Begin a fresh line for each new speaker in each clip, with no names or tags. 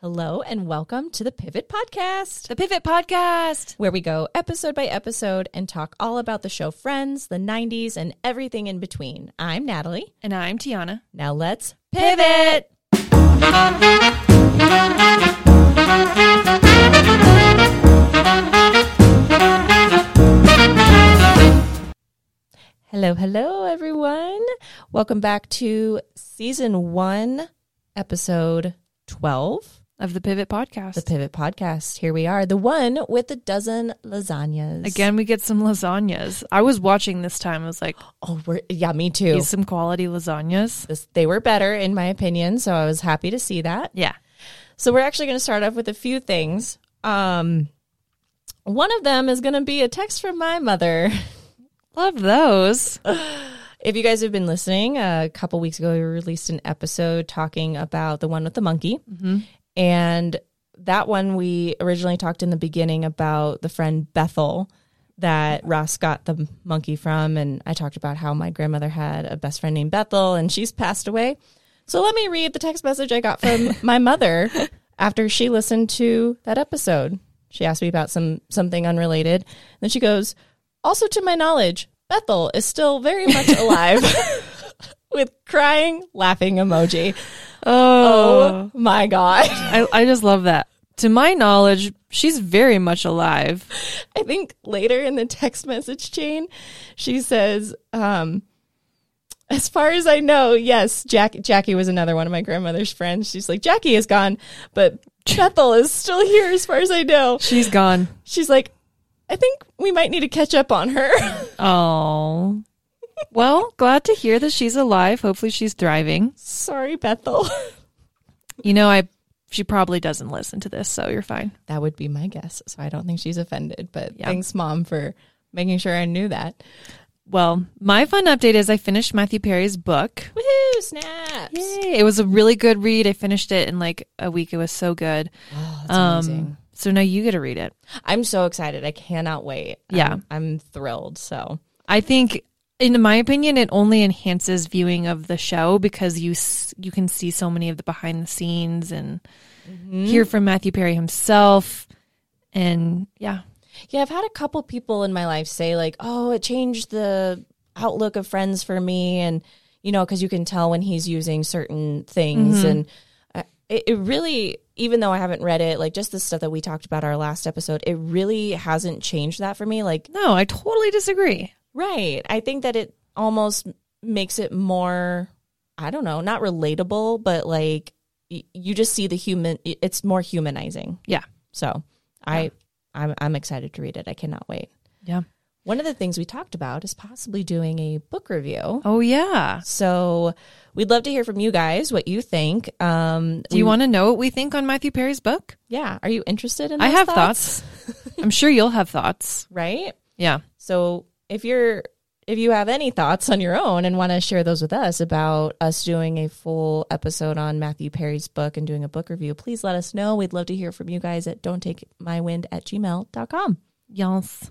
Hello and welcome to the Pivot Podcast,
The Pivot Podcast.
where we go episode by episode and talk all about the show Friends, the 90s, and everything in between. I'm Natalie.
And I'm Tiana.
Now let's
Pivot.
Hello, hello, everyone. Welcome back to season one, episode 12,
Of the Pivot Podcast.
the Pivot Podcast. Here we are, the one with the dozen lasagnas.
Again, we get some lasagnas. I was watching this time. I was like,
Oh, we're, yeah, me too.
these some quality lasagnas.
This, they were better, in my opinion, so I was happy to see that.
Yeah.
So we're actually going to start off with a few things. Um, one of them is going to be a text from my mother.
Love those.
If you guys have been listening, uh, a couple weeks ago, we released an episode talking about the one with the monkey. And that one, we originally talked in the beginning about the friend Bethel that Ross got the monkey from. And I talked about how my grandmother had a best friend named Bethel and she's passed away. So let me read the text message I got from my mother after she listened to that episode. She asked me about some something unrelated. Then she goes, also, to my knowledge, Bethel is still very much alive with crying, laughing emoji. Oh
Oh,
my God.
I, I just love that. To my knowledge, she's very much alive.
I think later in the text message chain, she says, um, as far as I know, yes, Jack, Jackie was another one of my grandmother's friends. She's like, Jackie is gone, but Bethel is still here as far as I know.
She's gone.
She's like, I think we might need to catch up on her.
Oh. Well, glad to hear that she's alive. Hopefully, she's thriving.
Sorry, Bethel.
You know, I she probably doesn't listen to this, so you're fine.
That would be my guess. So I don't think she's offended, but
Yeah.
thanks, mom, for making sure I knew that.
Well, my fun update is I finished Matthew Perry's book.
Woohoo, snaps.
Yay. It was a really good read. I finished it in like a week. It was so good. Um,
Oh, that's amazing.
so now you get to read it.
I'm so excited. I cannot wait.
Yeah.
I'm, I'm thrilled. So
I think, in my opinion, it only enhances viewing of the show because you s- you can see so many of the behind the scenes and hear from Matthew Perry himself. And yeah,
Yeah, I've had a couple people in my life say like, "Oh, it changed the outlook of friends for me," and you know, because you can tell when he's using certain things, and uh, it, it really, even though I haven't read it, like just the stuff that we talked about our last episode, it really hasn't changed that for me. Like,
no, I totally disagree.
right? I think that it almost makes it more, I don't know, not relatable, but like y- you just see the human. It's more humanizing.
Yeah.
So I, I'm, I'm excited to read it. I cannot wait.
Yeah.
One of the things we talked about is possibly doing a book review.
Oh, yeah.
So we'd love to hear from you guys what you think. Um,
Do you want to know what we think on Matthew Perry's book?
yeah, are you interested in?
I
those
have thoughts. I'm sure you'll have thoughts.
right?
Yeah.
So if you're if you have any thoughts on your own and want to share those with us about us doing a full episode on Matthew Perry's book and doing a book review, please let us know. We'd love to hear from you guys at don't take my wind at gmail.com.
Yes.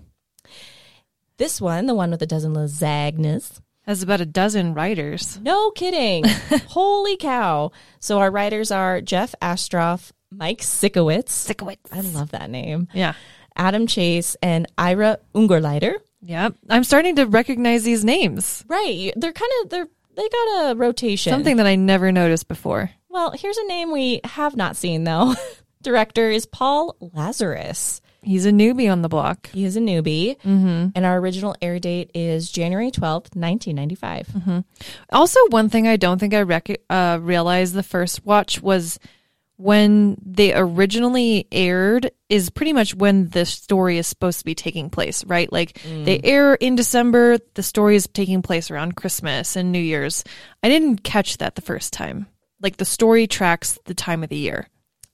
This one, the one with the dozen lasagnas,
Has about a dozen writers.
No kidding. Holy cow. So our writers are Jeff Astroff, Mike Sikowitz. I love that name.
Yeah.
Adam Chase and Ira Ungerleiter.
Yeah. I'm starting to recognize these names.
Right. They're kind of they're they got a rotation.
Something that I never noticed before.
Well, here's a name we have not seen though. Director is Paul Lazarus.
He's a newbie on the block.
He is a newbie, mm-hmm. and our original air date is January twelfth, nineteen ninety five.
Also, one thing I don't think I rec- uh, realized the first watch was when they originally aired is pretty much when the story is supposed to be taking place, right? Like they air in December, the story is taking place around Christmas and New Year's. I didn't catch that the first time. Like the story tracks the time of the year.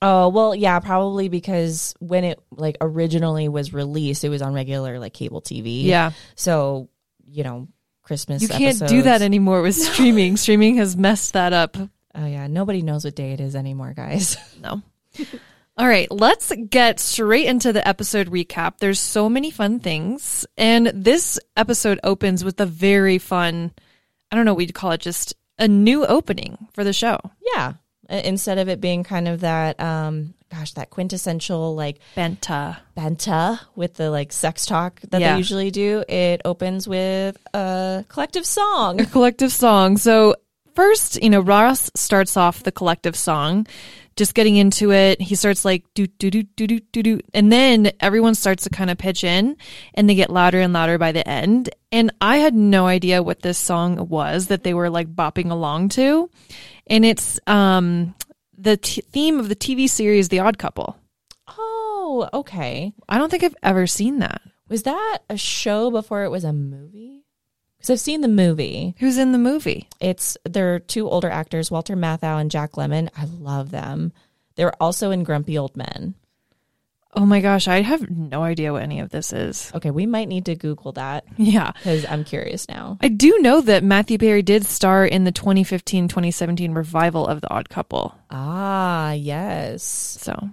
Oh well, yeah, probably because when it like originally was released, it was on regular like cable TV.
Yeah.
So, you know, Christmas.
You can't do
episodes-
that anymore with streaming. Streaming has messed that up.
Oh yeah, nobody knows what day it is anymore, guys.
No. All right, let's get straight into the episode recap. There's so many fun things. And this episode opens with a very fun, I don't know, we'd call it just a new opening for the show.
yeah, I- Instead of it being kind of that, um, gosh, that quintessential like
Benta.
benta with the like sex talk that
Yeah.
they usually do, it opens with a collective song.
collective song. So first, you know, Ross starts off the collective song, just getting into it. He starts like do do do do do do do, and then everyone starts to kind of pitch in, and they get louder and louder by the end. And I had no idea what this song was that they were like bopping along to, and it's um the t- theme of the TV series The Odd Couple.
oh, okay.
I don't think I've ever seen that.
Was that a show before it was a movie? Because I've seen the movie.
Who's in the movie?
It's they're two older actors, Walter Matthau and Jack Lemon. I love them. They were also in Grumpy Old Men.
Oh my gosh, I have no idea what any of this is.
Okay, we might need to Google that
Yeah.
because I'm curious now.
I do know that Matthew Perry did star in the 2015 2017 revival of The Odd Couple.
Ah, yes.
So,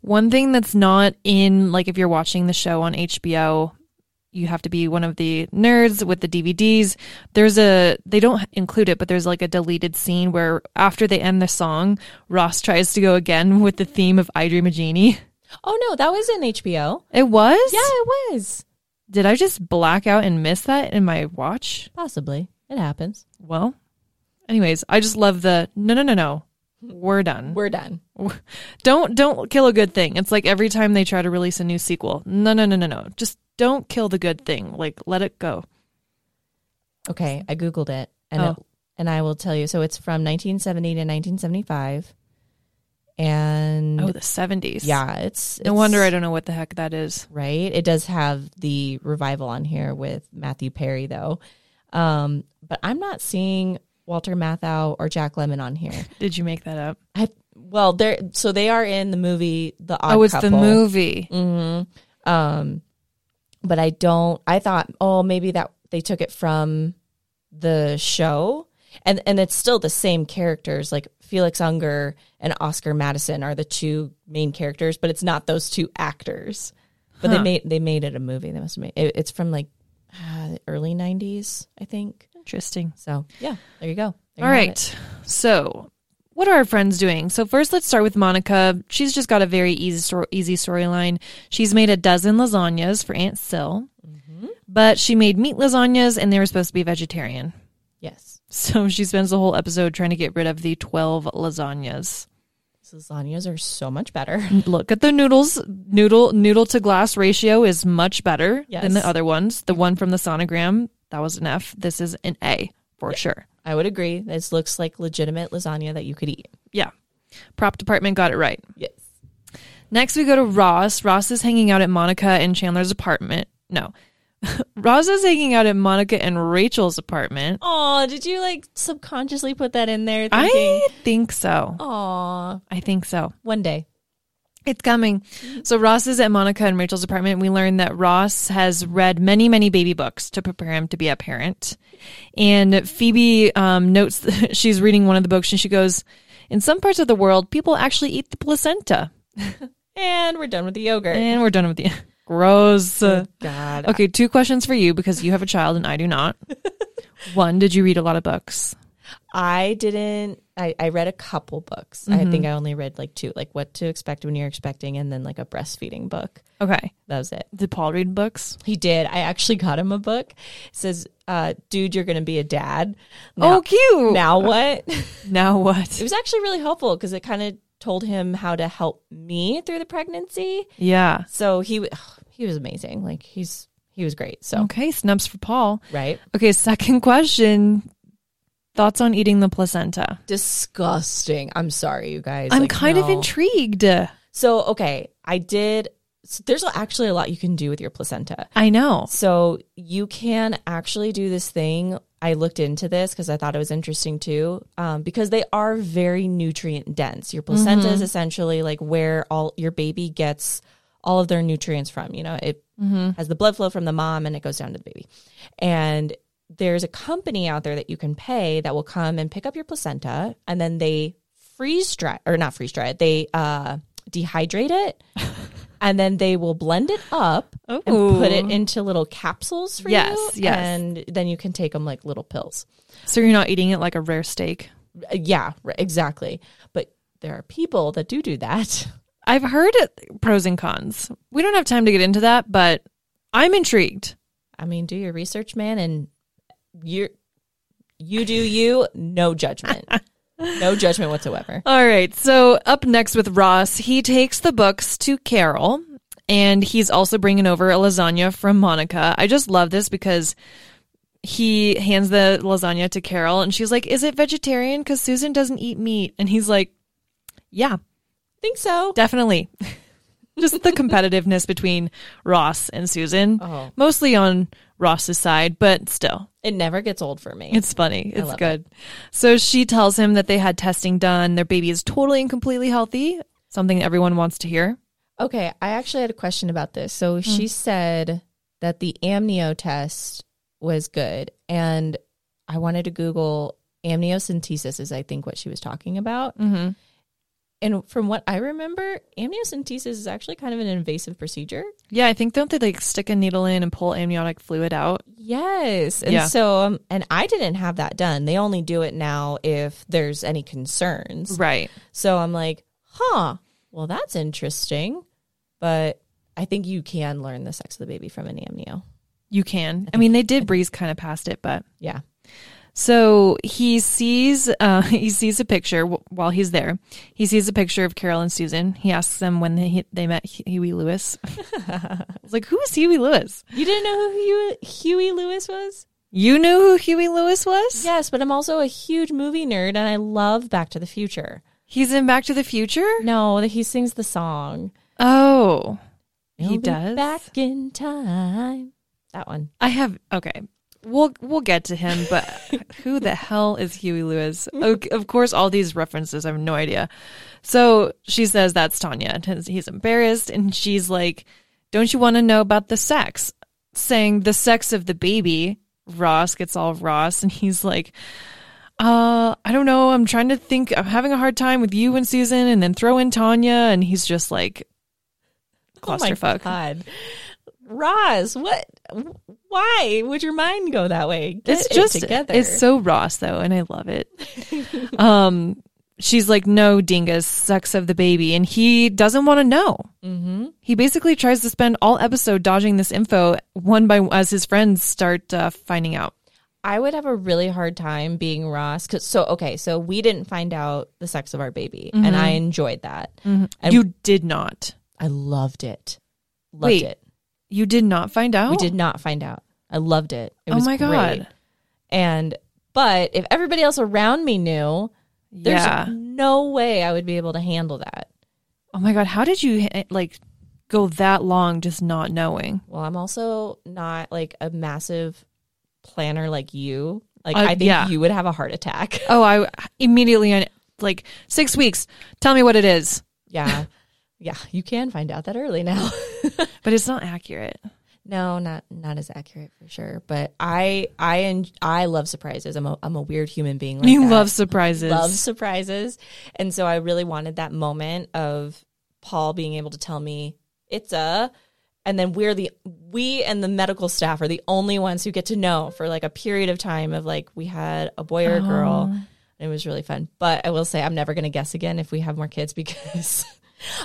one thing that's not in, like, if you're watching the show on HBO, you have to be one of the nerds with the DVDs. There's a, they don't include it, but there's like a deleted scene where after they end the song, Ross tries to go again with the theme of I Dream a Genie.
Oh no, that was in HBO.
It was?
Yeah, it was.
Did I just black out and miss that in my watch?
Possibly. It happens.
Well, anyways, I just love the no, no, no, no. We're done.
We're done.
Don't don't kill a good thing. It's like every time they try to release a new sequel. No, no, no, no, no. Just don't kill the good thing. Like let it go.
Okay, I googled it, and
Oh.
it, and I will tell you. So it's from 1970 to 1975, and
Oh, the 70s.
yeah, it's,
No
it's-
wonder I don't know what the heck that is.
right. It does have the revival on here with Matthew Perry though, um, but I'm not seeing Walter Matthau or Jack Lemon on here.
Did you make that up?
I well, they're so they are in the movie The Odd
oh, it's the
Couple.
movie.
Um, but I don't. I thought, oh, maybe that they took it from the show, and and it's still the same characters. Like Felix Unger and Oscar Madison are the two main characters, but it's not those two actors. But they
Huh.
made they made it a movie. They must have made it, it's from like uh, the early '90s, I think.
Interesting.
So yeah, there you go. There
All
you have it.
right. So, what are our friends doing? So, first, let's start with Monica. She's just got a very easy stor- easy storyline. She's made a dozen lasagnas for Aunt Sil,
Mm-hmm.
but she made meat lasagnas and they were supposed to be vegetarian.
Yes,
So, she spends the whole episode trying to get rid of the 12 lasagnas.
These lasagnas are so much better.
Look at the noodles. Noodle noodle to glass ratio is much better
Yes.
than the other ones. The one from the sonogram, that was an F. This is an A for sure.
I would agree. This looks like legitimate lasagna that you could eat.
Yeah. Prop department got it right.
Yes.
Next, we go to Ross. Ross is hanging out at Monica and Chandler's apartment. No. Ross is hanging out at Monica and Rachel's apartment.
Oh, did you like subconsciously put that in there? Thinking,
I think so.
Aw,
I think so.
one day.
It's coming. So, Ross is at Monica and Rachel's apartment. We learn that Ross has read many, many baby books to prepare him to be a parent. And Phoebe um, notes that she's reading one of the books and she goes, In some parts of the world, people actually eat the placenta.
And we're done with the yogurt.
And we're done with the. Gross.
God.
Okay, two questions for you because you have a child and I do not. One, did you read a lot of books?
I didn't. I, I read a couple books.
Mm-hmm.
I think I only read like two, like what to expect when you're expecting, and then like a breastfeeding book.
Okay.
That was it.
Did Paul read books?
He did. I actually got him a book. It says, uh, "Dude, you're gonna be a dad."
oh, cute. Now,
now what? it
what?
was actually really helpful because it kind of told him how to help me through the pregnancy.
Yeah.
So he w- he was amazing. Like he's he was great. So
Okay, snubs for Paul.
right,
Okay, second question. Thoughts on eating the placenta?
disgusting. I'm sorry, you guys.
I'm
Like,
kind of
no.
intrigued.
So okay, I did. So there's actually a lot you can do with your placenta.
I know.
So you can actually do this thing. I looked into this because I thought it was interesting too, um, because they are very nutrient dense. Your placenta is essentially like where all your baby gets all of their nutrients from. You know, it has the blood flow from the mom and it goes down to the baby. And there's a company out there that you can pay that will come and pick up your placenta and then they freeze dry or not freeze dry it, they uh, dehydrate it and then they will blend it up and put it
Ooh.
into little capsules for
Yes,
you.
yes.
And then you can take them like little pills. Uh,
So you're not eating it like a rare steak?
Yeah, right, exactly. But there are people that do do that.
I've heard it- pros and cons. We don't have time to get into that, but I'm intrigued.
I mean, do your research, man, and you you do you, no judgment. no judgment whatsoever.
All right. So, up next with Ross, he takes the books to Carol and he's also bringing over a lasagna from Monica. I just love this because he hands the lasagna to Carol and she's like, Is it vegetarian? Because Susan doesn't eat meat. And he's like, Yeah,
Think so.
definitely. just the competitiveness between Ross and Susan,
Oh.
mostly on Ross's side, but still.
It never gets old for me.
It's funny. It's
love
good. So she tells him that they had testing done. Their baby is totally and completely healthy, something everyone wants to hear.
Okay, I actually had a question about this. So she said that the amnio test was good, and I wanted to Google amniocentesis, is I think what she was talking about.
Mm-hmm.
And from what I remember, amniocentesis is actually kind of an invasive procedure.
Yeah, I think, don't they like stick a needle in and pull amniotic fluid out?
Yes. And
Yeah.
so, um, and I didn't have that done. They only do it now if there's any concerns.
Right.
So I'm like, huh, well, that's interesting. But I think you can learn the sex of the baby from an amnio.
You can. I mean, they did breeze kind of past it, but
Yeah.
So he sees uh, he sees a picture w- while he's there. He sees a picture of Carol and Susan. He asks them when they, they met Huey Lewis. I was like, "Who is Huey Lewis?
You didn't know who Huey, Huey Lewis was?
You knew who Huey Lewis was?
Yes, but I'm also a huge movie nerd and I love Back to the Future.
He's in Back to the Future.
No, he sings the song.
Oh,
We'll
he
be
does.
Back in time. That one.
I have okay. We'll we'll get to him, but who the hell is Huey Lewis? Okay, of course, all these references. I have no idea. So she says that's Tanya, and he's- he's embarrassed, and she's like, "Don't you want to know about the sex?" Saying the sex of the baby. Ross gets all Ross, and he's like, "Uh, I don't know. I'm trying to think. I'm having a hard time with you and Susan, and then throw in Tanya." And he's just like,
Oh my
clusterfuck.
God. Roz, what? Why would your mind go that way? Get
it's
it
just
together.
it's so Ross though, and I love it. um, she's like, "No, Dingus, sex of the baby," and he doesn't want to know.
mm-hmm.
He basically tries to spend all episode dodging this info one by as his friends start uh, finding out.
I would have a really hard time being Ross. 'cause- so okay, so we didn't find out the sex of our baby, and
Mm-hmm.
I enjoyed that. I-
you did not.
I loved it. Loved
Wait.
it.
You did not find out.
We did not find out. I loved it. It
Oh
was
my God.
great. And but if everybody else around me knew, there's
Yeah.
no way I would be able to handle that.
Oh my god. How did you eh, like go that long just not knowing?
Well, I'm also not like a massive planner like you. Like
Uh,
I think
yeah.
you would have a heart attack.
Oh, I immediately I- like six weeks. Tell me what it is,
yeah. Yeah, you can find out that early now.
but it's not accurate.
no, not not as accurate for sure, but I I and I love surprises. I'm a I'm a weird human being like
you
that.
love surprises.
love surprises. And so I really wanted that moment of Paul being able to tell me it's a and then we're the we and the medical staff are the only ones who get to know for like a period of time of like we had a boy or a girl. It was really fun. But I will say I'm never going to guess again if we have more kids because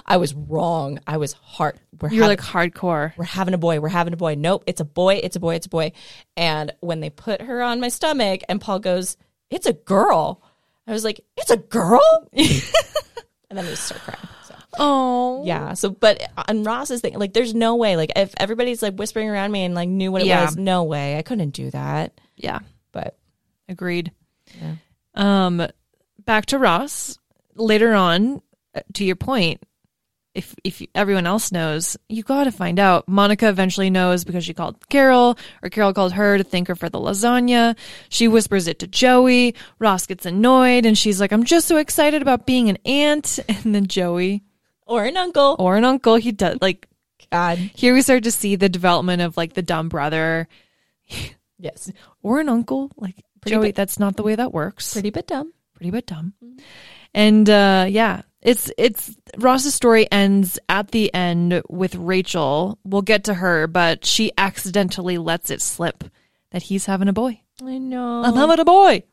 I was wrong. I was heart we're
You're
having-
like hardcore.
we're having a boy, we're having a boy. Nope, it's a boy, it's a boy, it's a boy. And when they put her on my stomach and Paul goes, It's a girl. I was like, It's a girl? and then we start crying. So
Oh.
yeah. So but on Ross's thing, like there's no way. Like if everybody's like whispering around me and like knew what it
Yeah.
was, no way. I couldn't do that.
Yeah.
But
Agreed.
Yeah.
Um back to Ross. Later on, uh, to your point, if if you- everyone else knows, you got to find out. Monica eventually knows because she called Carol or Carol called her to thank her for the lasagna. She whispers it to Joey. Ross gets annoyed and she's like, "I'm just so excited about being an aunt." And then Joey
or an uncle.
or an uncle, he does like
Oh, God.
here we start to see the development of like the dumb brother
Yes.
or an uncle. Like Joey,
bit-
that's not the way that works. Mm-hmm. Pretty,
Pretty bit dumb.
but dumb. And uh, yeah, it's it's Ross's story ends at the end with Rachel. We'll get to her, but she accidentally lets it slip that he's having a boy.
I know.
I'm having a boy.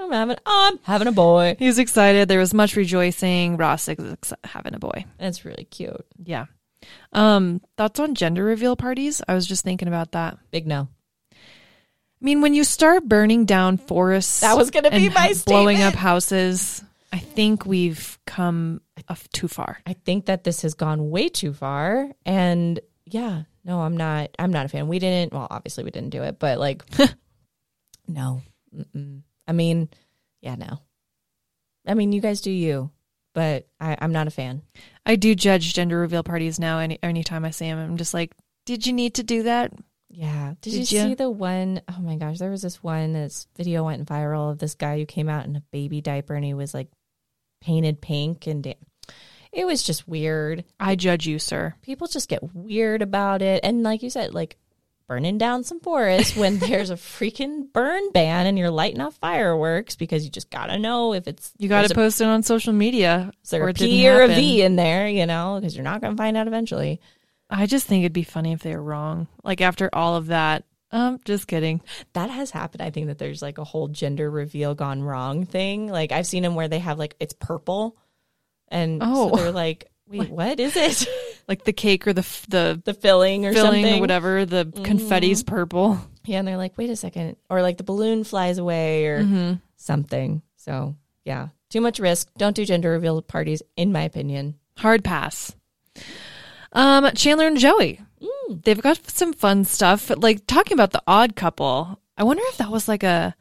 I'm having I'm having a boy.
He's excited. There was much rejoicing. Ross is ex- having a boy.
That's really cute.
Yeah. Um, thoughts on gender reveal parties? I was just thinking about that.
Big no.
I mean, when you start burning down forests,
That was gonna be
and
my
ha- blowing up
statement.
houses. I think we've come a- too far.
I think that this has gone way too far. And yeah, no, I'm not. I'm not a fan. We didn't. Well, obviously we didn't do it, but like, no. Mm-mm. I mean, yeah, no. I mean, you guys do you, but I, I'm not a fan.
I do judge gender reveal parties now. Any anytime I see them, I'm just like, did you need to do that?
Yeah. Did,
Did
you
ya?
see the one oh my gosh, there was this one this video went viral of this guy who came out in a baby diaper and he was like painted pink and da- it was just weird.
I judge you, sir.
People just get weird about it. And like you said, like burning down some forests when there's a freaking burn ban and you're lighting off fireworks because you just gotta know if it's
You got
there's
to post it on social media.
a, is there
or
a
it didn't
P or a
happen.
V in there, you know, because you're not gonna find out eventually.
I just think it'd be funny if they were wrong. Like after all of that, um, just kidding.
That has happened. I think that there's like a whole gender reveal gone wrong thing. Like I've seen them where they have like it's purple, and so
Oh.
they're like, wait, what is it?
Like the cake or the f- the
the filling or
filling
something, Mm-hmm.
or whatever. The confetti's purple.
Yeah, and they're like, wait a second, or like the balloon flies away or
Mm-hmm.
something. So yeah, too much risk. Don't do gender reveal parties, in my opinion.
Hard pass. Um, Chandler and Joey. They've got some fun stuff. Like talking about the odd couple. I wonder if that was like a,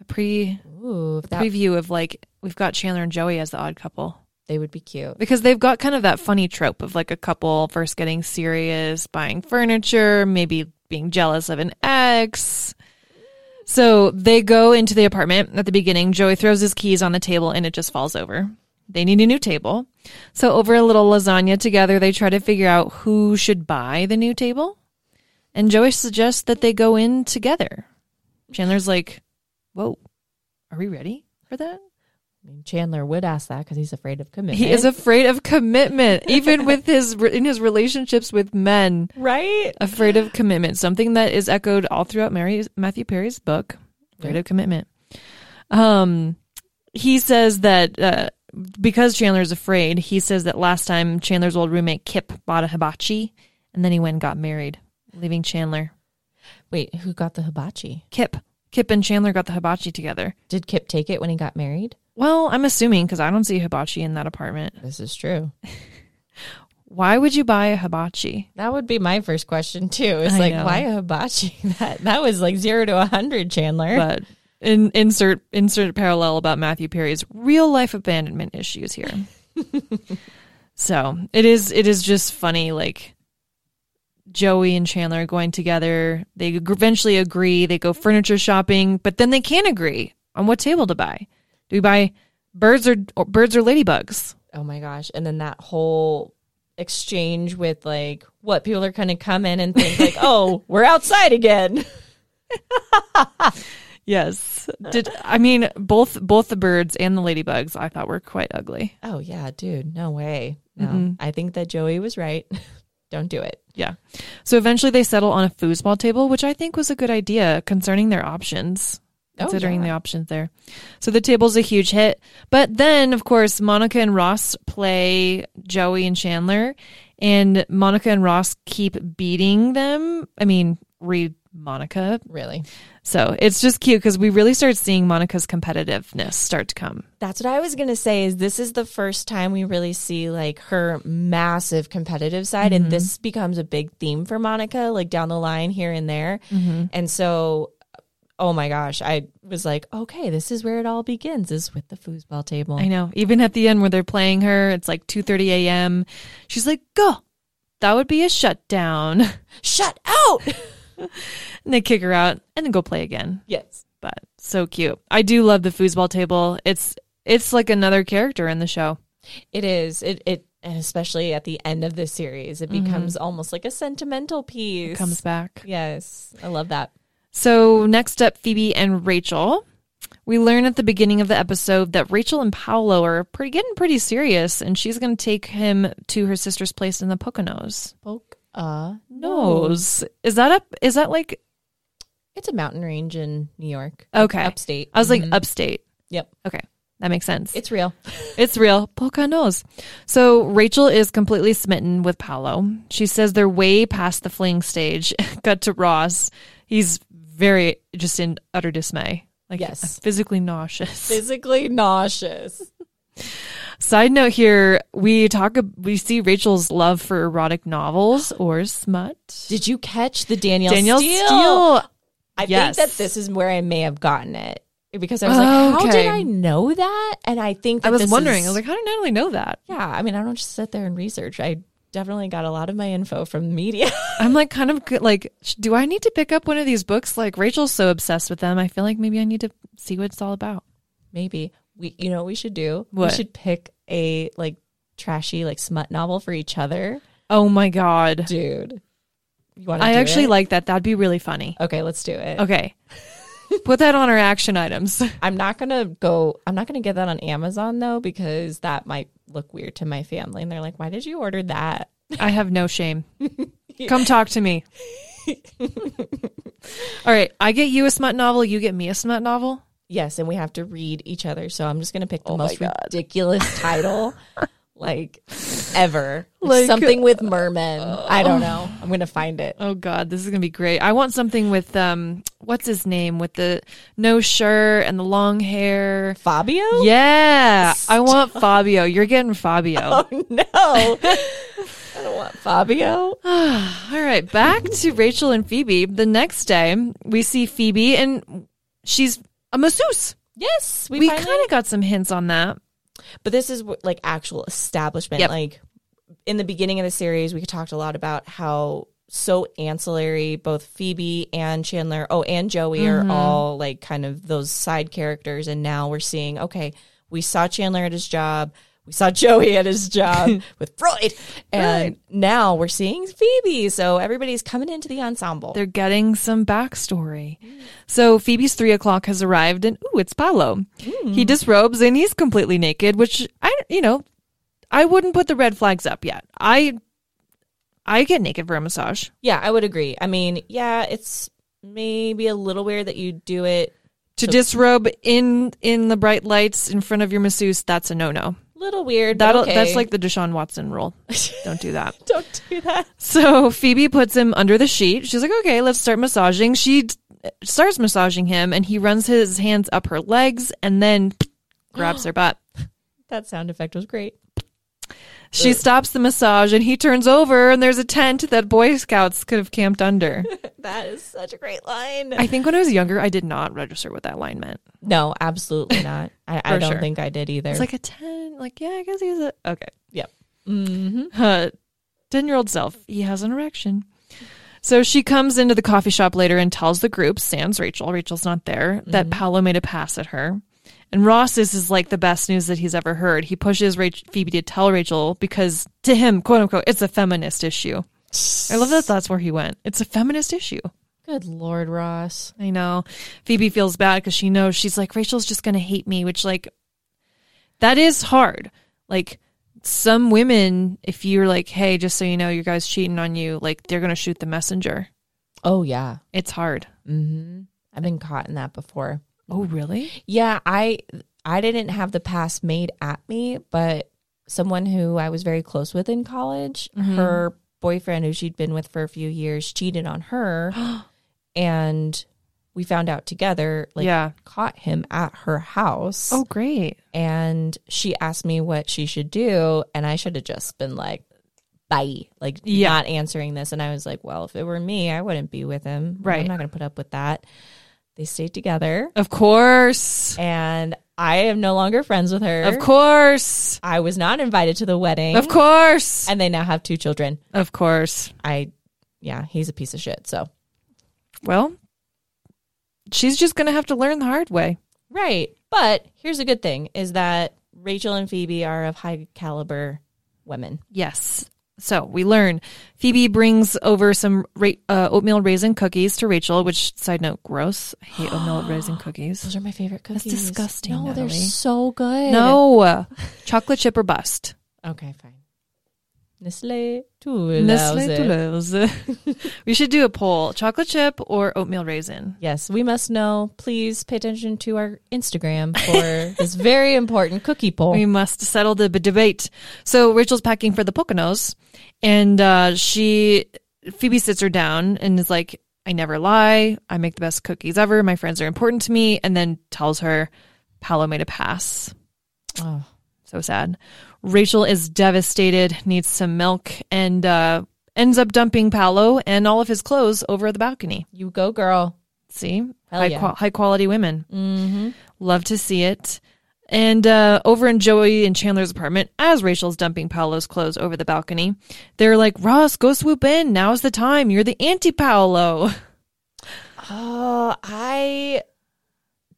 a pre
Ooh, if that,
preview of like we've got Chandler and Joey as the odd couple
they would be cute.
because they've got kind of that funny trope of like a couple first getting serious, buying furniture, maybe being jealous of an ex. So they go into the apartment at the beginning. Joey throws his keys on the table and it just falls over. They need a new table. So over a little lasagna together, they try to figure out who should buy the new table. And Joey suggests that they go in together. Chandler's like, "Whoa. Are we ready for that?"
I mean, Chandler would ask that because he's afraid of commitment.
He is afraid of commitment, even with his in his relationships with men.
right.
Afraid of commitment, something that is echoed all throughout Mary's, Matthew Perry's book, "Afraid of Commitment." Um, he says that uh, because Chandler's afraid, he says that last time Chandler's old roommate Kip bought a hibachi, and then he went and got married, leaving Chandler.
Wait, who got the hibachi?
Kip, Kip, and Chandler got the hibachi together.
Did Kip take it when he got married?
Well, I'm assuming because I don't see hibachi in that apartment.
This is true.
Why would you buy a hibachi?
That would be my first question too. It's
I
like
know.
why a hibachi? That that was like zero to a hundred, Chandler.
but in, insert insert parallel about Matthew Perry's real life abandonment issues here. so it is it is just funny like Joey and Chandler are going together. They ag- eventually agree. They go furniture shopping, but then they can't agree on what table to buy. Do we buy birds or, or birds or ladybugs?
oh my gosh! And then that whole exchange with like what people are going to come in and think like, oh, we're outside again.
Yes. Did I mean both both the birds and the ladybugs I thought were quite ugly.
Oh yeah, dude, no way. No, I think that Joey was right. Don't do it.
Yeah. So eventually they settle on a foosball table, which I think was a good idea concerning their options,
Oh,
considering
yeah.
the options there. So the table's a huge hit. But then, of course, Monica and Ross play Joey and Chandler, and Monica and Ross keep beating them. I mean, read Monica.
Really,
So it's just cute because we really start seeing Monica's competitiveness start to come.
that's what I was gonna say. Is this is the first time we really see like her massive competitive side, and this becomes a big theme for Monica, like down the line here and there. And so, oh my gosh, I was like, okay, this is where it all begins. Is with the foosball table.
I know. Even at the end where they're playing her, it's like 2.30 a.m. She's like, go. That would be a shutdown.
Shut out.
and they kick her out and then go play again.
yes.
But so cute. I do love the foosball table. It's it's like another character in the show.
It is. It it and especially at the end of this series, it
Mm-hmm.
becomes almost like a sentimental piece.
Comes back.
yes, I love that.
So next up, Phoebe and Rachel. We learn at the beginning of the episode that Rachel and Paolo are pretty getting pretty serious, and she's going to take him to her sister's place in the Poconos.
Poke a
Nose is that up? Is that like
It's a mountain range in New York,
Okay.
upstate.
I was like
Mhm.
upstate.
yep,
Okay. That makes sense.
it's real.
It's real. Polka knows. So Rachel is completely smitten with Paolo. She says they're way past the fling stage. Cut to Ross. He's very just in utter dismay. Like
Yes.
physically nauseous.
Physically nauseous.
Side note here, we talk we see Rachel's love for erotic novels or smut.
Did you catch the Danielle,
Danielle
Steele?
Steele.
I
Yes.
think that this is where I may have gotten it because I was
Oh,
like, how
okay.
did I know that? And I think that
I was
this
wondering.
is-
I was like, how did Natalie know that?
yeah, I mean, I don't just sit there and research. I definitely got a lot of my info from the media.
I'm like kind of g- like, sh- do I need to pick up one of these books? Like Rachel's so obsessed with them. I feel like maybe I need to see what it's all about.
Maybe we, you know, what we should do.
What?
We should pick a like trashy like smut novel for each other,
Oh my god.
dude. You want?
I actually like that. That'd be really funny.
Okay, let's do it.
Okay. Put that on our action items.
I'm not gonna go. I'm not gonna get that on Amazon though because that might look weird to my family, and they're like, "Why did you order that?"
I have no shame. Come talk to me. All right. I get you a smut novel. You get me a smut novel.
Yes, and we have to read each other. So I'm just gonna pick the
Oh my
most
God.
ridiculous title, like ever,
Like- uh,
like, something with mermen. I don't know. I'm gonna find it.
Oh God, this is gonna be great. I want something with um, what's his name with the no shirt and the long hair.
Fabio?
Yeah, I want Fabio. You're getting Fabio.
Oh no, I don't want Fabio.
All right, back to Rachel and Phoebe. The next day, we see Phoebe and she's a masseuse.
Yes, we,
We
finally.
kind of got some hints on that.
but this is what- like actual establishment.
Yep.
Like in the beginning of the series, we talked a lot about how so ancillary both Phoebe and Chandler, oh, and Joey are all like kind of those side characters. And now we're seeing, okay, we saw Chandler at his job. We saw Joey at his job with Freud. And now we're seeing Phoebe. So everybody's coming into the ensemble.
They're getting some backstory.
Mm.
So Phoebe's three o'clock has arrived, and ooh, it's Paolo.
Mm.
He disrobes and he's completely naked, which I, you know, I wouldn't put the red flags up yet. I, I get naked for a massage.
yeah, I would agree. I mean, yeah, it's maybe a little weird that you do it
To disrobe in in the bright lights in front of your masseuse, that's a no no.
little weird. but
That'll that's
okay.
like the Deshaun Watson rule. Don't do that.
don't do that.
So Phoebe puts him under the sheet. She's like, okay, let's start massaging. She d- starts massaging him, and he runs his hands up her legs and then grabs her butt.
That sound effect was great.
She stops the massage, and he turns over, and there's a tent that Boy Scouts could have camped under.
That is such a great line.
I think when I was younger, I did not register what that line meant.
no, absolutely not. I, I
For
don't
sure.
think I did either.
It's like a tent. Like, yeah, I guess he's a okay.
yep. hmm
uh, 10 year old self, he has an erection. So she comes into the coffee shop later and tells the group, sans Rachel, Rachel's not there, that Paolo made a pass at her. And Ross, this is like the best news that he's ever heard. He pushes Rach- Phoebe to tell Rachel because, to him, quote unquote, it's a feminist issue. I love that that's where he went. It's a feminist issue.
Good Lord, Ross.
I know. Phoebe feels bad because she knows she's like, Rachel's just going to hate me, which, like, that is hard. Like, some women, if you're like, hey, just so you know, your guy's cheating on you, like, they're going to shoot the messenger.
Oh, yeah.
It's hard.
hmm I've been caught in that before.
Oh, really?
Yeah, I I didn't have the pass made at me, but someone who I was very close with in college,
Mm-hmm.
her boyfriend who she'd been with for a few years cheated on her and we found out together like
Yeah.
caught him at her house.
Oh, great.
and she asked me what she should do and i should have just been like bye like
Yeah.
not answering this and i was like well if it were me i wouldn't be with him
Right.
i'm not going to put up with that they stayed together
Of course.
and i am no longer friends with her
Of course.
i was not invited to the wedding
Of course.
and they now have two children
Of course.
i yeah he's a piece of shit so
Well, she's just going to have to learn the hard way.
right but here's a good thing is that rachel and phoebe are of high caliber women
Yes. So we learn. Phoebe brings over some ra- uh, oatmeal raisin cookies to Rachel, which, side note, gross. I hate oatmeal raisin cookies.
those are my favorite cookies.
disgusting,
No,
Natalie.
they're so good.
No. Chocolate chip or bust.
Okay, fine. Nestle
Nestle
Toulouse.
Toulouse. we should do a poll: chocolate chip or oatmeal raisin.
Yes, we must know. Please pay attention to our Instagram for this very important cookie poll.
We must settle the b- debate. So Rachel's packing for the Poconos, and uh, she Phoebe sits her down and is like, "I never lie. I make the best cookies ever. My friends are important to me." And then tells her Paolo made a pass.
Oh.
So sad. Rachel is devastated, needs some milk, and uh, ends up dumping Paolo and all of his clothes over the balcony.
You go, girl.
See,
Hell
high,
yeah.
qua- high quality women. Mm-hmm. Love to see it. And uh, over in Joey and Chandler's apartment, as Rachel's dumping Paolo's clothes over the balcony, they're like, "Ross, go swoop in. Now's the time. You're the anti Paolo."
Oh, I.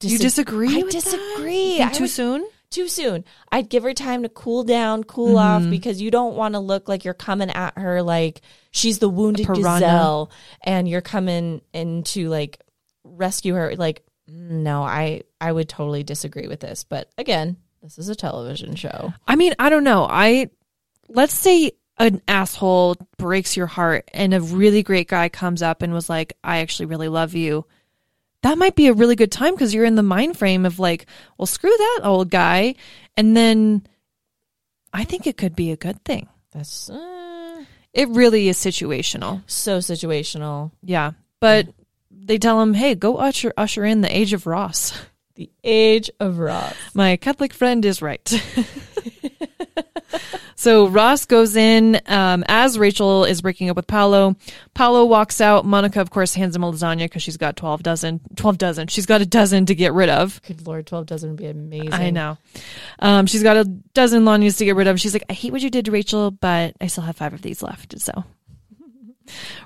you disagree?
I
with that?
disagree.
Think
I
Too
would-
soon.
too soon. I'd give her time to cool down, cool off, because you don't want to look like you're coming at her like she's the wounded
piranha.
gazelle, and you're coming in to like rescue her. Like, mm, no, I I would totally disagree with this. But again, this is a television show.
I mean, I don't know. I let's say an asshole breaks your heart and a really great guy comes up and was like, "I actually really love you." That might be a really good time because you're in the mind frame of like, "Well, screw that old guy." And then I think it could be a good thing.
That's uh,
It really is situational.
so situational.
Yeah. But they tell him, "Hey, go usher usher in the age of Ross."
The age of Ross.
My Catholic friend is right. so Ross goes in um, as Rachel is breaking up with Paolo. Paolo walks out. Monica, of course, hands him a lasagna because she's got 12 dozen. 12 dozen. She's got a dozen to get rid of.
Good Lord, twelve dozen would be amazing.
I know. Um, she's got a dozen lasagnas to get rid of. She's like, I hate what you did to Rachel, but I still have five of these left. So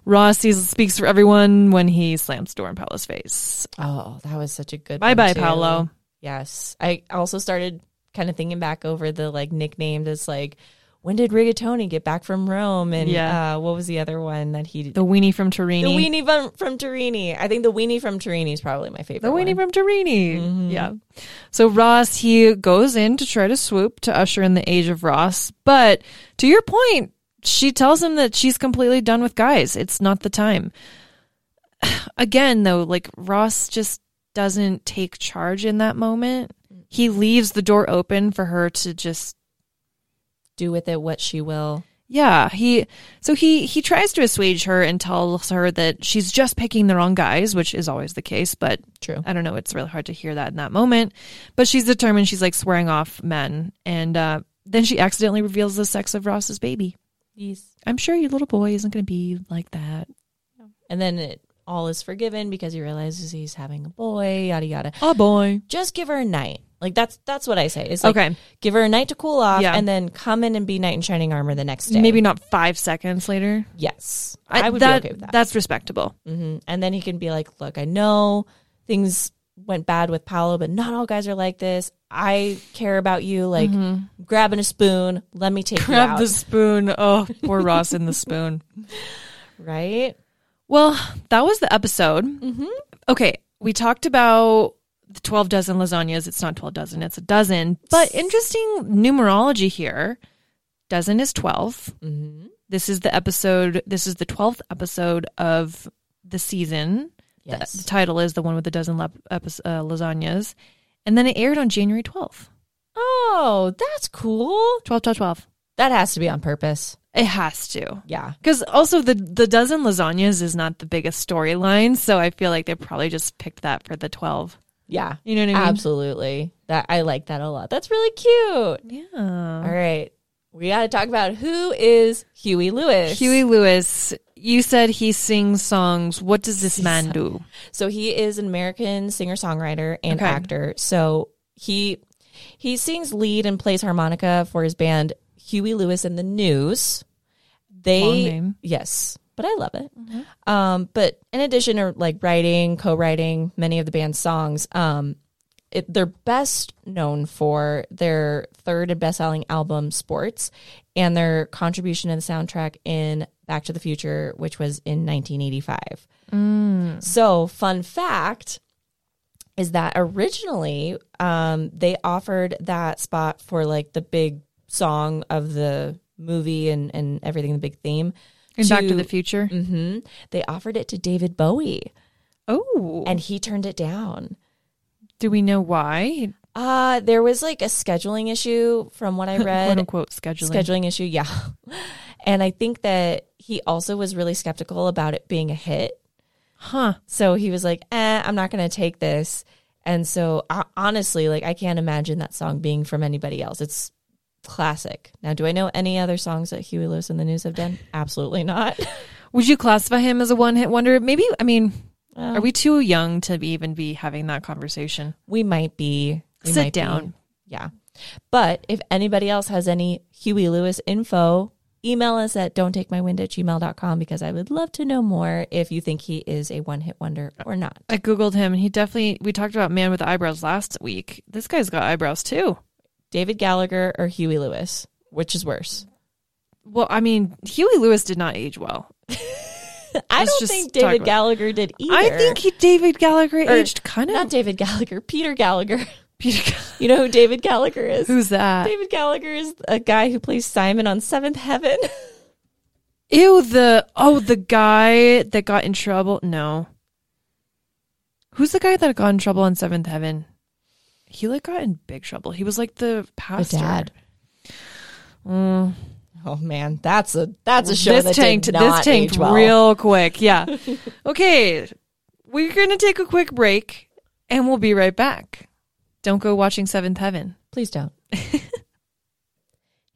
Ross he speaks for everyone when he slams the door in Paolo's face.
Oh, that was such a good
Bye
one,
bye,
too.
Paolo.
Yes. I also started kind of thinking back over the like nicknames. It's like, when did Rigatoni get back from Rome? And
Yeah.
uh, what was the other one that he did? The,
The weenie from Torini.
weenie from, from Torini. I think the weenie from Torini is probably my favorite.
The Winnie
one.
from Torini. Yeah. So Ross, he goes in to try to swoop to usher in the age of Ross. But to your point, she tells him that she's completely done with guys. It's not the time. Again, though, like Ross just doesn't take charge in that moment. He leaves the door open for her to just
Do with it what she will.
yeah, he so he he tries to assuage her and tells her that she's just picking the wrong guys, which is always the case, but
True.
I don't know. It's really hard to hear that in that moment. But she's determined. She's like swearing off men. And uh, then she accidentally reveals the sex of Ross's baby.
Yes.
I'm sure your little boy isn't going to be like that.
And then it all is forgiven because he realizes he's having a boy, yada, yada.
Oh, boy.
Just give her a night. Like that's that's what I say. It's like
Okay.
give her a night to cool off
Yeah.
and then come in and be knight in shining armor the next day.
Maybe not five seconds later.
Yes. I, would
that-
be okay with that.
That's respectable.
hmm And then he can be like, look, I know things went bad with Paolo, but not all guys are like this. I care about you. Like, grabbing a spoon, let me take you out.
Mm-hmm. Grab the spoon. Oh, poor Ross in the spoon.
right?
Well, that was the episode. Mm-hmm. Okay, we talked about the 12 dozen lasagnas. It's not 12 dozen, it's a dozen. But interesting numerology here. Dozen is 12.
Mm-hmm.
This is the episode, this is the 12th episode of the season. The- The,
Yes.
title is The One with the Dozen lap, epis uh, Lasagnas. And then it aired on January 12th.
Oh, that's cool.
12, 12, 12.
That has to be on purpose.
It has to.
Yeah.
Because also the the dozen lasagnas is not the biggest storyline, so I feel like they probably just picked that for the twelve.
Yeah.
You know what I mean?
Absolutely. That I like that a lot. That's really cute.
Yeah.
All right. We got to talk about who is Huey Lewis.
Huey Lewis, you said he sings songs. What does this man do?
So he is an American singer songwriter and
Okay.
actor. So he he sings lead and plays harmonica for his band Huey Lewis and the News. They
Long name. Mm-hmm.
yes, but I love it. Um, but in addition to like writing, co-writing many of the band's songs, um, it, they're best known for their third and best-selling album Sports and their contribution to the soundtrack in Back to the Future, which was in 1985.
Mm.
So, fun fact is that originally um, they offered that spot for like the big song of the movie and, and everything, the big theme.
In Back to the
to-
Future.
Mhm. They offered it to David Bowie
Oh,
and he turned it down.
do we know why?
Uh, there was like a scheduling issue from what I
"Quote
read.
unquote scheduling."
scheduling issue, yeah. And I think that he also was really skeptical about it being a hit.
huh?
So he was like, eh, I'm not going to take this. And so uh, honestly, like I can't imagine that song being from anybody else. It's classic. Now, do I know any other songs that Huey Lewis and the News have done? Absolutely not.
Would you classify him as a one-hit wonder? Maybe. I mean,
Well,
are we too young to be, even be having that conversation?
we might be. We
Sit
might be.
down.
Yeah. But if anybody else has any Huey Lewis info, email us at don't take my wind at gmail.com because I would love to know more if you think he is a one hit wonder or not.
I googled him, and he definitely. We talked about man with eyebrows last week. This guy's got eyebrows too.
David Gallagher or Huey Lewis, which is worse?
Well, I mean, Huey Lewis did not age well.
I
Let's
don't
just
think
talk
David
about-
Gallagher did either.
I think he, David Gallagher
Or-
aged kind
not
of.
David Gallagher, Peter Gallagher.
Peter Gall-
You know who David Gallagher is?
Who's that?
David Gallagher is a guy who plays Simon on Seventh Heaven.
Ew, the oh, the guy that got in trouble. No, who's the guy that got in trouble on Seventh Heaven? He like got in big trouble. He was like the pastor.
dad.
Mm.
Oh man, that's a that's a show
this
that
tanked.
did not
this tanked
age well.
real quick. Yeah. okay, we're gonna take a quick break, and we'll be right back. Don't go watching Seventh Heaven.
Please don't.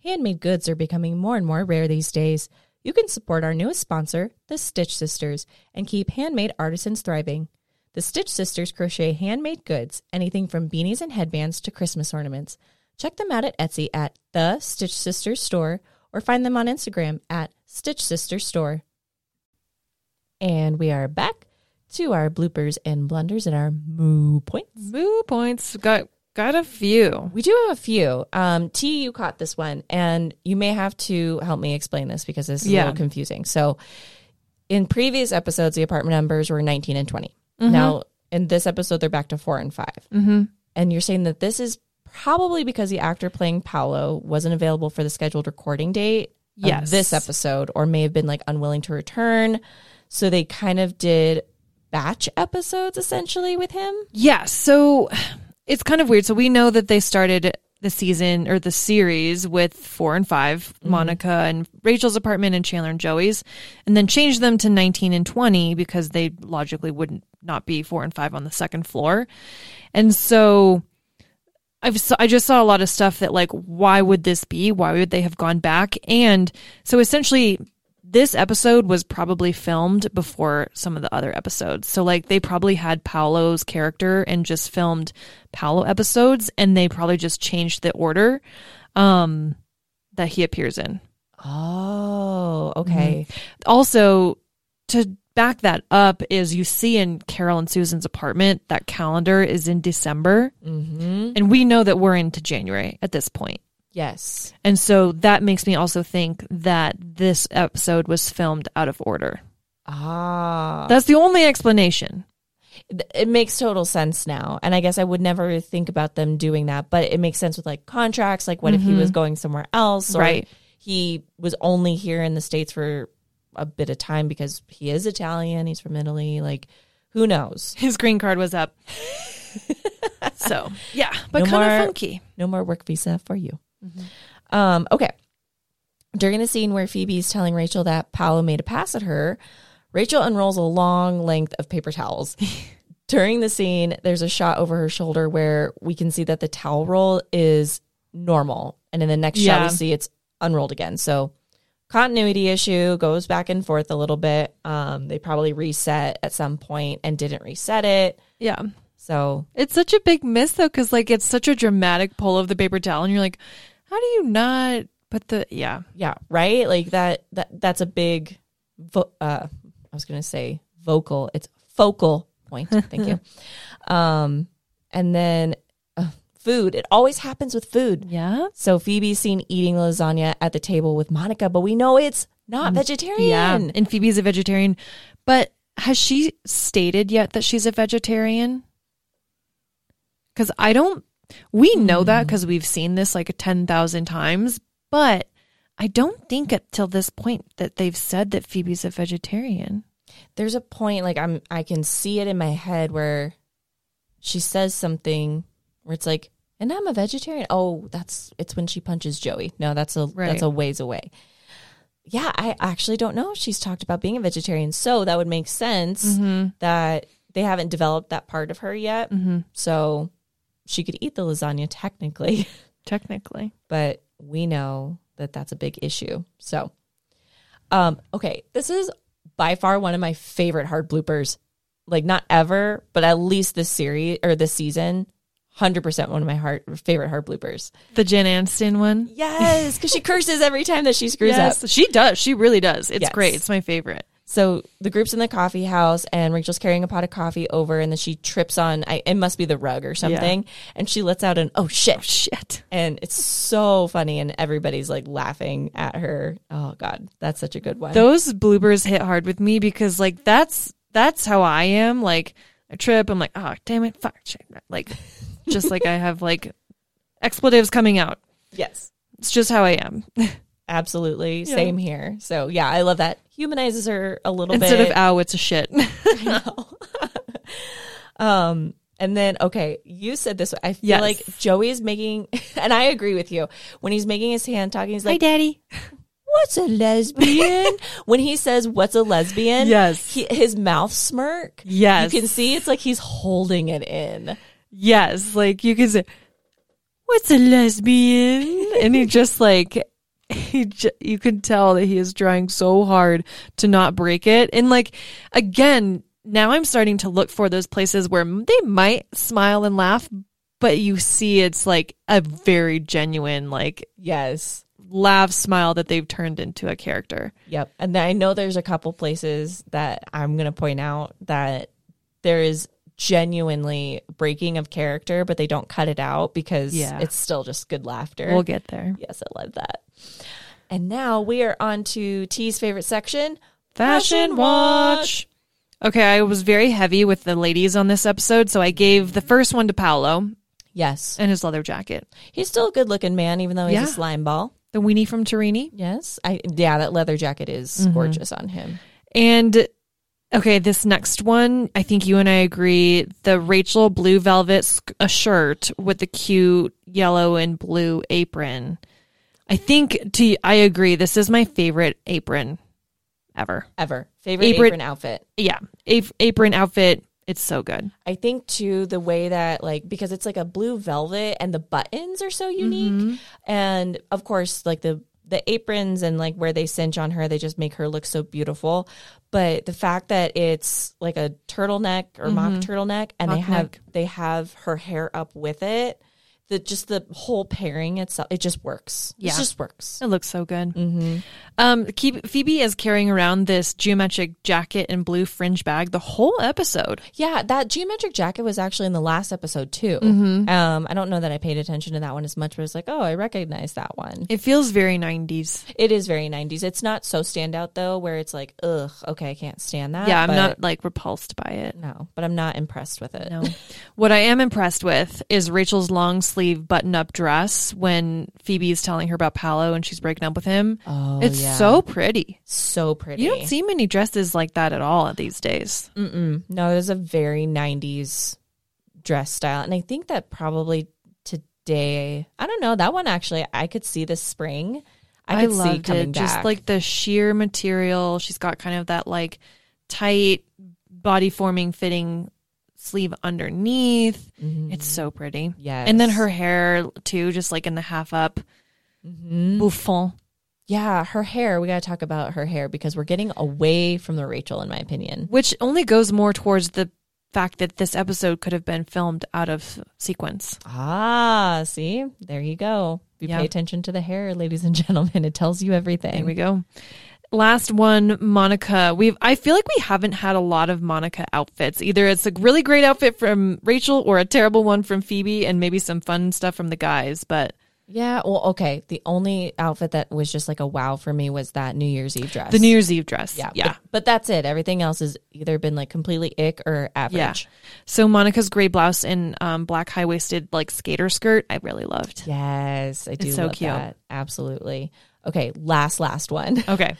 Handmade goods are becoming more and more rare these days. You can support our newest sponsor, the Stitch Sisters, and keep handmade artisans thriving. The Stitch Sisters crochet handmade goods, anything from beanies and headbands to Christmas ornaments. Check them out at Etsy at the Stitch Sisters Store or find them on Instagram at Stitch Sisters Store. And we are back to our bloopers and blunders and our moo points.
Moo points got got a few.
We do have a few. Um, T, you caught this one, and you may have to help me explain this because this is a
Yeah.
little confusing. So, in previous episodes, the apartment numbers were 19 and 20. Now, in this episode, they're back to four and 5
Mhm.
And you're saying that this is probably because the actor playing Paolo wasn't available for the scheduled recording date of
Yes.
this episode, or may have been like unwilling to return. So, they kind of did batch episodes essentially with him.
Yeah, so it's kind of weird. So we know that they started the season or the series with four and 5 Monica and Rachel's apartment and Chandler and Joey's, and then changed them to 19 and 20 because they logically wouldn't not be four and five on the second floor. And so I've s- I just saw a lot of stuff that like why would this be? Why would they have gone back? And so essentially this episode was probably filmed before some of the other episodes. So like they probably had Paolo's character and just filmed Paolo episodes and they probably just changed the order um that he appears in.
Oh, okay.
Also to back that up is you see in Carol and Susan's apartment that calendar is in December
hmm
and we know that we're into January at this point.
Yes.
And so that makes me also think that this episode was filmed out of order.
Ah,
That's the only explanation.
Th- it makes total sense now. And I guess I would never think about them doing that, but it makes sense with like contracts. Like, what if he was going somewhere else? Or
Right.
He was only here in the States for a bit of time because he is Italian. He's from Italy. Like, who knows?
His green card was up. so, yeah, but
No
kind
more-
of funky.
No more work visa for you. Um, okay. During the scene where Phoebe's telling Rachel that Paolo made a pass at her, Rachel unrolls a long length of paper towels. During the scene, there's a shot over her shoulder where we can see that the towel roll is normal. And in the next shot,
Yeah.
we see it's unrolled again. So, continuity issue goes back and forth a little bit. Um, they probably reset at some point and didn't reset it.
Yeah.
So,
It's such a big miss, though, because, like, it's such a dramatic pull of the paper towel, and you're like, how do you not put the. Yeah.
yeah right like that that that's a big vo- uh i was gonna say vocal it's focal point thank you um and then uh, food it always happens with food
Yeah.
so phoebe's seen eating lasagna at the table with monica but we know it's not
Yeah.
vegetarian
And Phoebe's a vegetarian. But has she stated yet that she's a vegetarian? Because I don't, we know that because we've seen this like 10,000 times, but I don't think up till this point that they've said that Phoebe's a vegetarian.
There's a point like I'm I can see it in my head where she says something where it's like, and I'm a vegetarian. Oh, that's it's when she punches Joey. No, that's a
Right.
that's a ways away. Yeah, I actually don't know if she's talked about being a vegetarian. So that would make sense that they haven't developed that part of her yet. So she could eat the lasagna technically.
Technically.
but we know that that's a big issue. So, um, okay, this is by far one of my favorite hard bloopers. Like not ever, but at least this series or this season, hundred percent one of my heart favorite hard bloopers.
The Jen Aniston one?
Yes, because she curses every time that she screws up.
She does. She really does. It's
Yes.
great. It's my favorite.
So the group's in the coffee house, and Rachel's carrying a pot of coffee over, and then she trips on. I, it must be the rug or something, and she lets out an "oh shit!"
Shit.
and it's so funny and everybody's like laughing at her oh god that's such a good one
Those bloopers hit hard with me because like that's that's how I am. Like a trip, I'm like, oh damn it, fuck shit. Like just like I have like expletives coming out.
yes
It's just how I am.
absolutely same here so yeah i love that humanizes her a little
Instead
bit
of ow, it's a shit.
um and then okay you said this i feel
Yes.
like joey is making and i agree with you when he's making his hand talking he's like
daddy.
what's a lesbian when he says what's a lesbian
Yes.
he, his mouth smirk
Yes.
you can see it's like he's holding it in
Yes, like you could say, "What's a lesbian?" and he just like he, j- you can tell that he is trying so hard to not break it. And like again, now I'm starting to look for those places where m- they might smile and laugh, but you see it's like a very genuine like
yes
laugh smile that they've turned into a character.
Yep. And I know there's a couple places that I'm going to point out that there is genuinely breaking of character, but they don't cut it out because
Yeah.
it's still just good laughter.
We'll get there.
yes, I love that. And now we are on to T's favorite section
Fashion Watch. Okay, I was very heavy with the ladies on this episode, so I gave the first one to Paolo
Yes.
and his leather jacket.
He's still a good looking man, even though he's
Yeah.
a slime ball.
the weenie from Torini.
Yes. I, yeah, that leather jacket is
Mm-hmm.
gorgeous on him.
And okay, this next one, I think you and I agree. The Rachel blue velvet sk- a shirt with the cute yellow and blue apron. I think to I agree. This is my favorite apron ever.
Ever. Favorite
Apron-
apron outfit.
Yeah, a- apron outfit. It's so good.
I think too the way that like because it's like a blue velvet and the buttons are so unique
Mm-hmm.
and of course like the the aprons and like where they cinch on her they just make her look so beautiful but the fact that it's like a turtleneck or mock turtleneck and they
Mm-hmm. Mock
have
neck.
they have her hair up with it the just the whole pairing itself it just works
Yeah.
it just works
It looks so good. Um, keep, Phoebe is carrying around this geometric jacket and blue fringe bag the whole episode.
Yeah, that geometric jacket was actually in the last episode too.
Mm-hmm.
Um, I don't know that I paid attention to that one as much, but it's like, oh, I recognize that one.
It feels very nineties.
It is very 90s. It's not so standout though, where it's like, ugh, okay, I can't stand that.
Yeah, I'm
but-
not like repulsed by it.
No, but I'm not impressed with it.
No. what I am impressed with is Rachel's long sleeve button up dress when Phoebe is telling her about Paolo and she's breaking up with him.
Oh,
it's
yeah.
so pretty.
So pretty.
You don't see many dresses like that at all these days.
Mm-mm. No, it was a very 90s dress style. And I think that probably today, I don't know, that one actually, I could see this spring. I could see coming
it.
back.
Just like the sheer material. She's got kind of that like tight body forming fitting sleeve underneath. It's so pretty.
Mm-hmm. Yes.
And then her hair too, just like in the half up.
Mm-hmm.
Bouffant.
Yeah, her hair. We got to talk about her hair because we're getting away from the Rachel, in my opinion.
which only goes more towards the fact that this episode could have been filmed out of sequence.
Ah, see, there you go. You
Yeah.
pay attention to the hair, ladies and gentlemen. It tells you
There
everything.
we go. Last one, Monica. We've I feel like we haven't had a lot of Monica outfits. Either it's a really great outfit from Rachel or a terrible one from Phoebe and maybe some fun stuff from the guys, but
yeah. Well, okay. The only outfit that was just like a wow for me was that New Year's Eve dress.
the New Year's Eve dress.
yeah,
Yeah.
But, but that's it. Everything else has either been like completely ick or
Yeah.
average.
So Monica's gray blouse and um, black high waisted like skater skirt, I really loved.
Yes, I do
so
love
cute.
that. Absolutely. Okay, last last one.
Okay.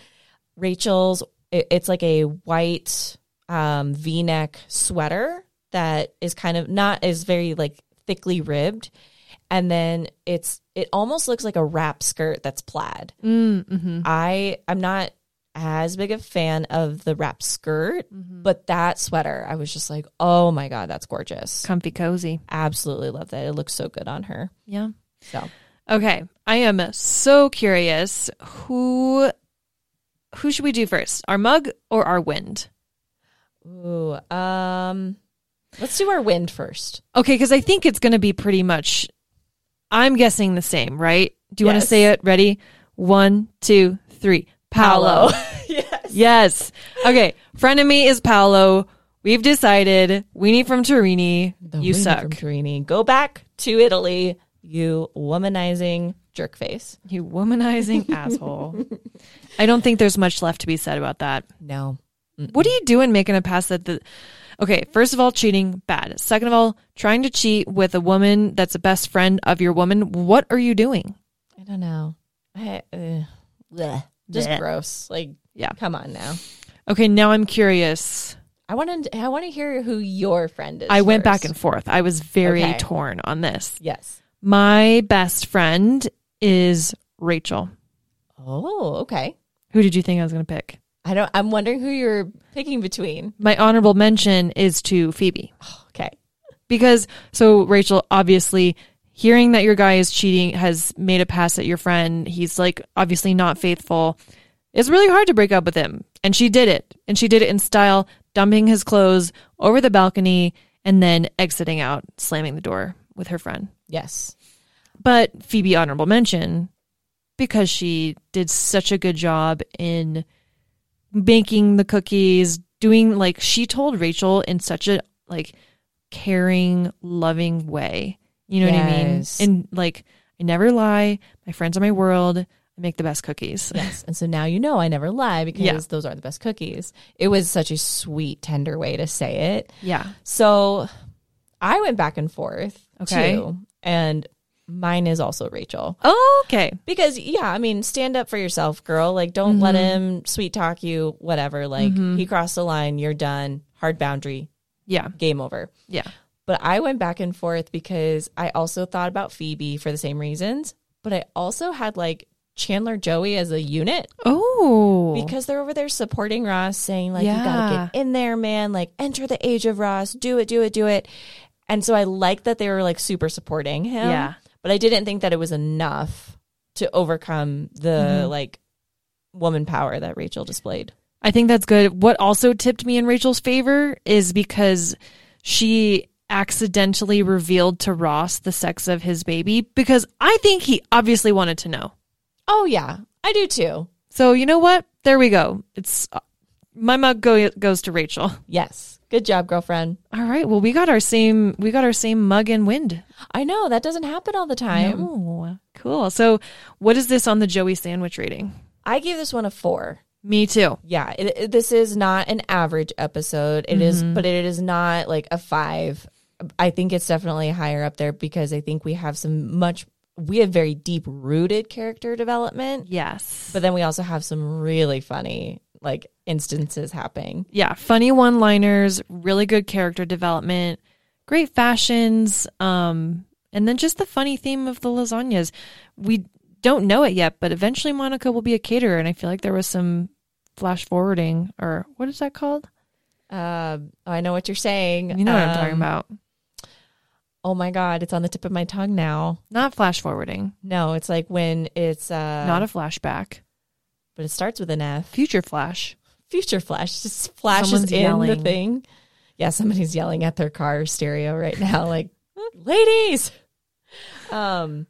Rachel's it, it's like a white um, V-neck sweater that is kind of not is very like thickly ribbed, and then it's it almost looks like a wrap skirt that's plaid.
Mm, hmm
I I'm not as big a fan of the wrap skirt, but that sweater I was just like, oh my god, that's gorgeous.
Comfy cozy.
Absolutely love that. It looks so good on her.
Yeah.
So
Okay. I am so curious who who should we do first? Our mug or our wind?
ooh, um, let's do our wind first.
Okay, because I think it's going to be pretty much. I'm guessing the same, right? Do you want
Yes.
to say it? Ready? One, two, three. Paolo.
yes.
yes. Okay. Frenemy is Paolo. We've decided. Weenie from Torini. you
wind
suck.
From Torini. Go back to Italy, you womanizing jerk face.
you womanizing asshole. I don't think there's much left to be said about that.
No.
What are you doing making a pass at the Okay, first of all, cheating, bad. Second of all, trying to cheat with a woman that's a best friend of your woman. What are you doing?
I don't know. I, uh, bleh. Just
Bleh.
gross. Like,
Yeah.
come on now.
Okay, now I'm curious.
I want to. I want to hear who your friend is.
I went back
first.
and forth. I was very
Okay.
torn on this.
yes.
My best friend is Rachel.
Oh, okay.
Who did you think I was going to pick?
I don't. I'm wondering who you're picking between.
My honorable mention is to Phoebe.
Okay.
because so Rachel obviously hearing that your guy is cheating has made a pass at your friend he's like obviously not faithful it's really hard to break up with him and she did it and she did it in style dumping his clothes over the balcony and then exiting out slamming the door with her friend
Yes.
but Phoebe honorable mention because she did such a good job in baking the cookies, doing like she told Rachel in such a like caring, loving way. You know
Yes.
what I mean? And like I never lie. My friends are my world. I make the best cookies.
Yes. And so now you know I never lie because
Yeah.
those are the best cookies. It was such a sweet, tender way to say it.
Yeah.
So I went back and forth
Okay.
too. And mine is also Rachel.
okay.
Because yeah, I mean, stand up for yourself, girl. Like don't let him sweet talk you, whatever. Like he crossed the line, you're done. Hard boundary,
Yeah.
game over.
Yeah.
But I went back and forth because I also thought about Phoebe for the same reasons, but I also had like Chandler Joey as a unit
Oh.
because they're over there supporting Ross, saying like, "You gotta
Yeah.
get in there, man! Like, enter the age of Ross, do it, do it, do it." And so I like that they were like super supporting him.
Yeah.
but I didn't think that it was enough to overcome the like woman power that Rachel displayed.
I think that's good. What also tipped me in Rachel's favor is because she accidentally revealed to Ross the sex of his baby because I think he obviously wanted to know.
Oh yeah, I do too.
So, you know what? There we go. It's my mug go, goes to Rachel.
Yes, good job, girlfriend.
All right. Well, we got our same we got our same mug and wind.
I know that doesn't happen all the time.
Oh, cool. So, what is this on the Joey sandwich rating?
I gave this one a four.
Me too.
Yeah, it, it- this is not an average episode. It is,
Mm-hmm.
but it is not like a five. I think it's definitely higher up there because I think we have some much, we have very deep rooted character development,
Yes.
but then we also have some really funny like instances happening.
yeah, funny one liners, really good character development, great fashions, um, and then just the funny theme of the lasagnas. We don't know it yet, but eventually Monica will be a caterer, and I feel like there was some flash forwarding or what is that called?
Uh, I know what you're saying.
You know what I'm
Um,
talking about.
Oh my God, it's on the tip of my tongue now.
Not flash forwarding,
No, it's like when it's, uh,
not a flashback.
but it starts with an F.
Future flash.
future flash just flashes
Someone's
in the
yelling.
thing. Yeah, somebody's yelling at their car stereo right now, like, ladies. Um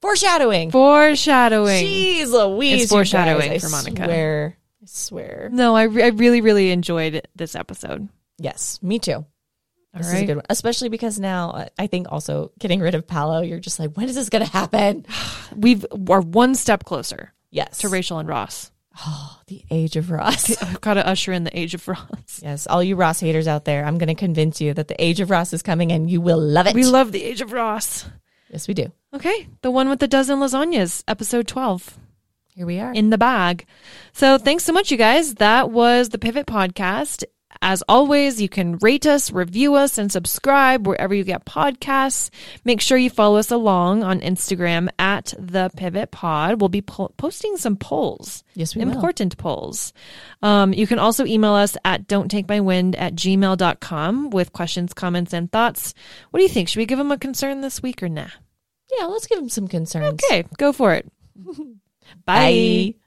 foreshadowing.
Foreshadowing.
Jeez Louise.
It's
you
foreshadowing
guys, I
for Monica.
Swear, I swear.
no, I, re- I really, really enjoyed this episode.
Yes, me too.
All
This
right.
is a good one. Especially because now uh, I think also getting rid of Palo, you're just like, when is this gonna happen?
We've are one step closer
Yes.
to Rachel and Ross.
oh, the age of Ross.
I've got to usher in the age of Ross.
yes, all you Ross haters out there, I'm gonna convince you that the age of Ross is coming and you will love it.
We love the age of Ross.
yes, we do.
Okay, the one with the dozen lasagnas, episode 12.
Here we are.
in the bag. So thanks so much, you guys. That was the Pivot Podcast. As always, you can rate us, review us, and subscribe wherever you get podcasts. Make sure you follow us along on Instagram at the Pivot Pod. We'll be po- posting some polls.
Yes, we will.
important polls. Um, you can also email us at don't take my wind at gmail.com with questions, comments, and thoughts. What do you think? Should we give them a concern this week or nah?
yeah, let's give them some concerns.
Okay, go for it. Bye.
Bye.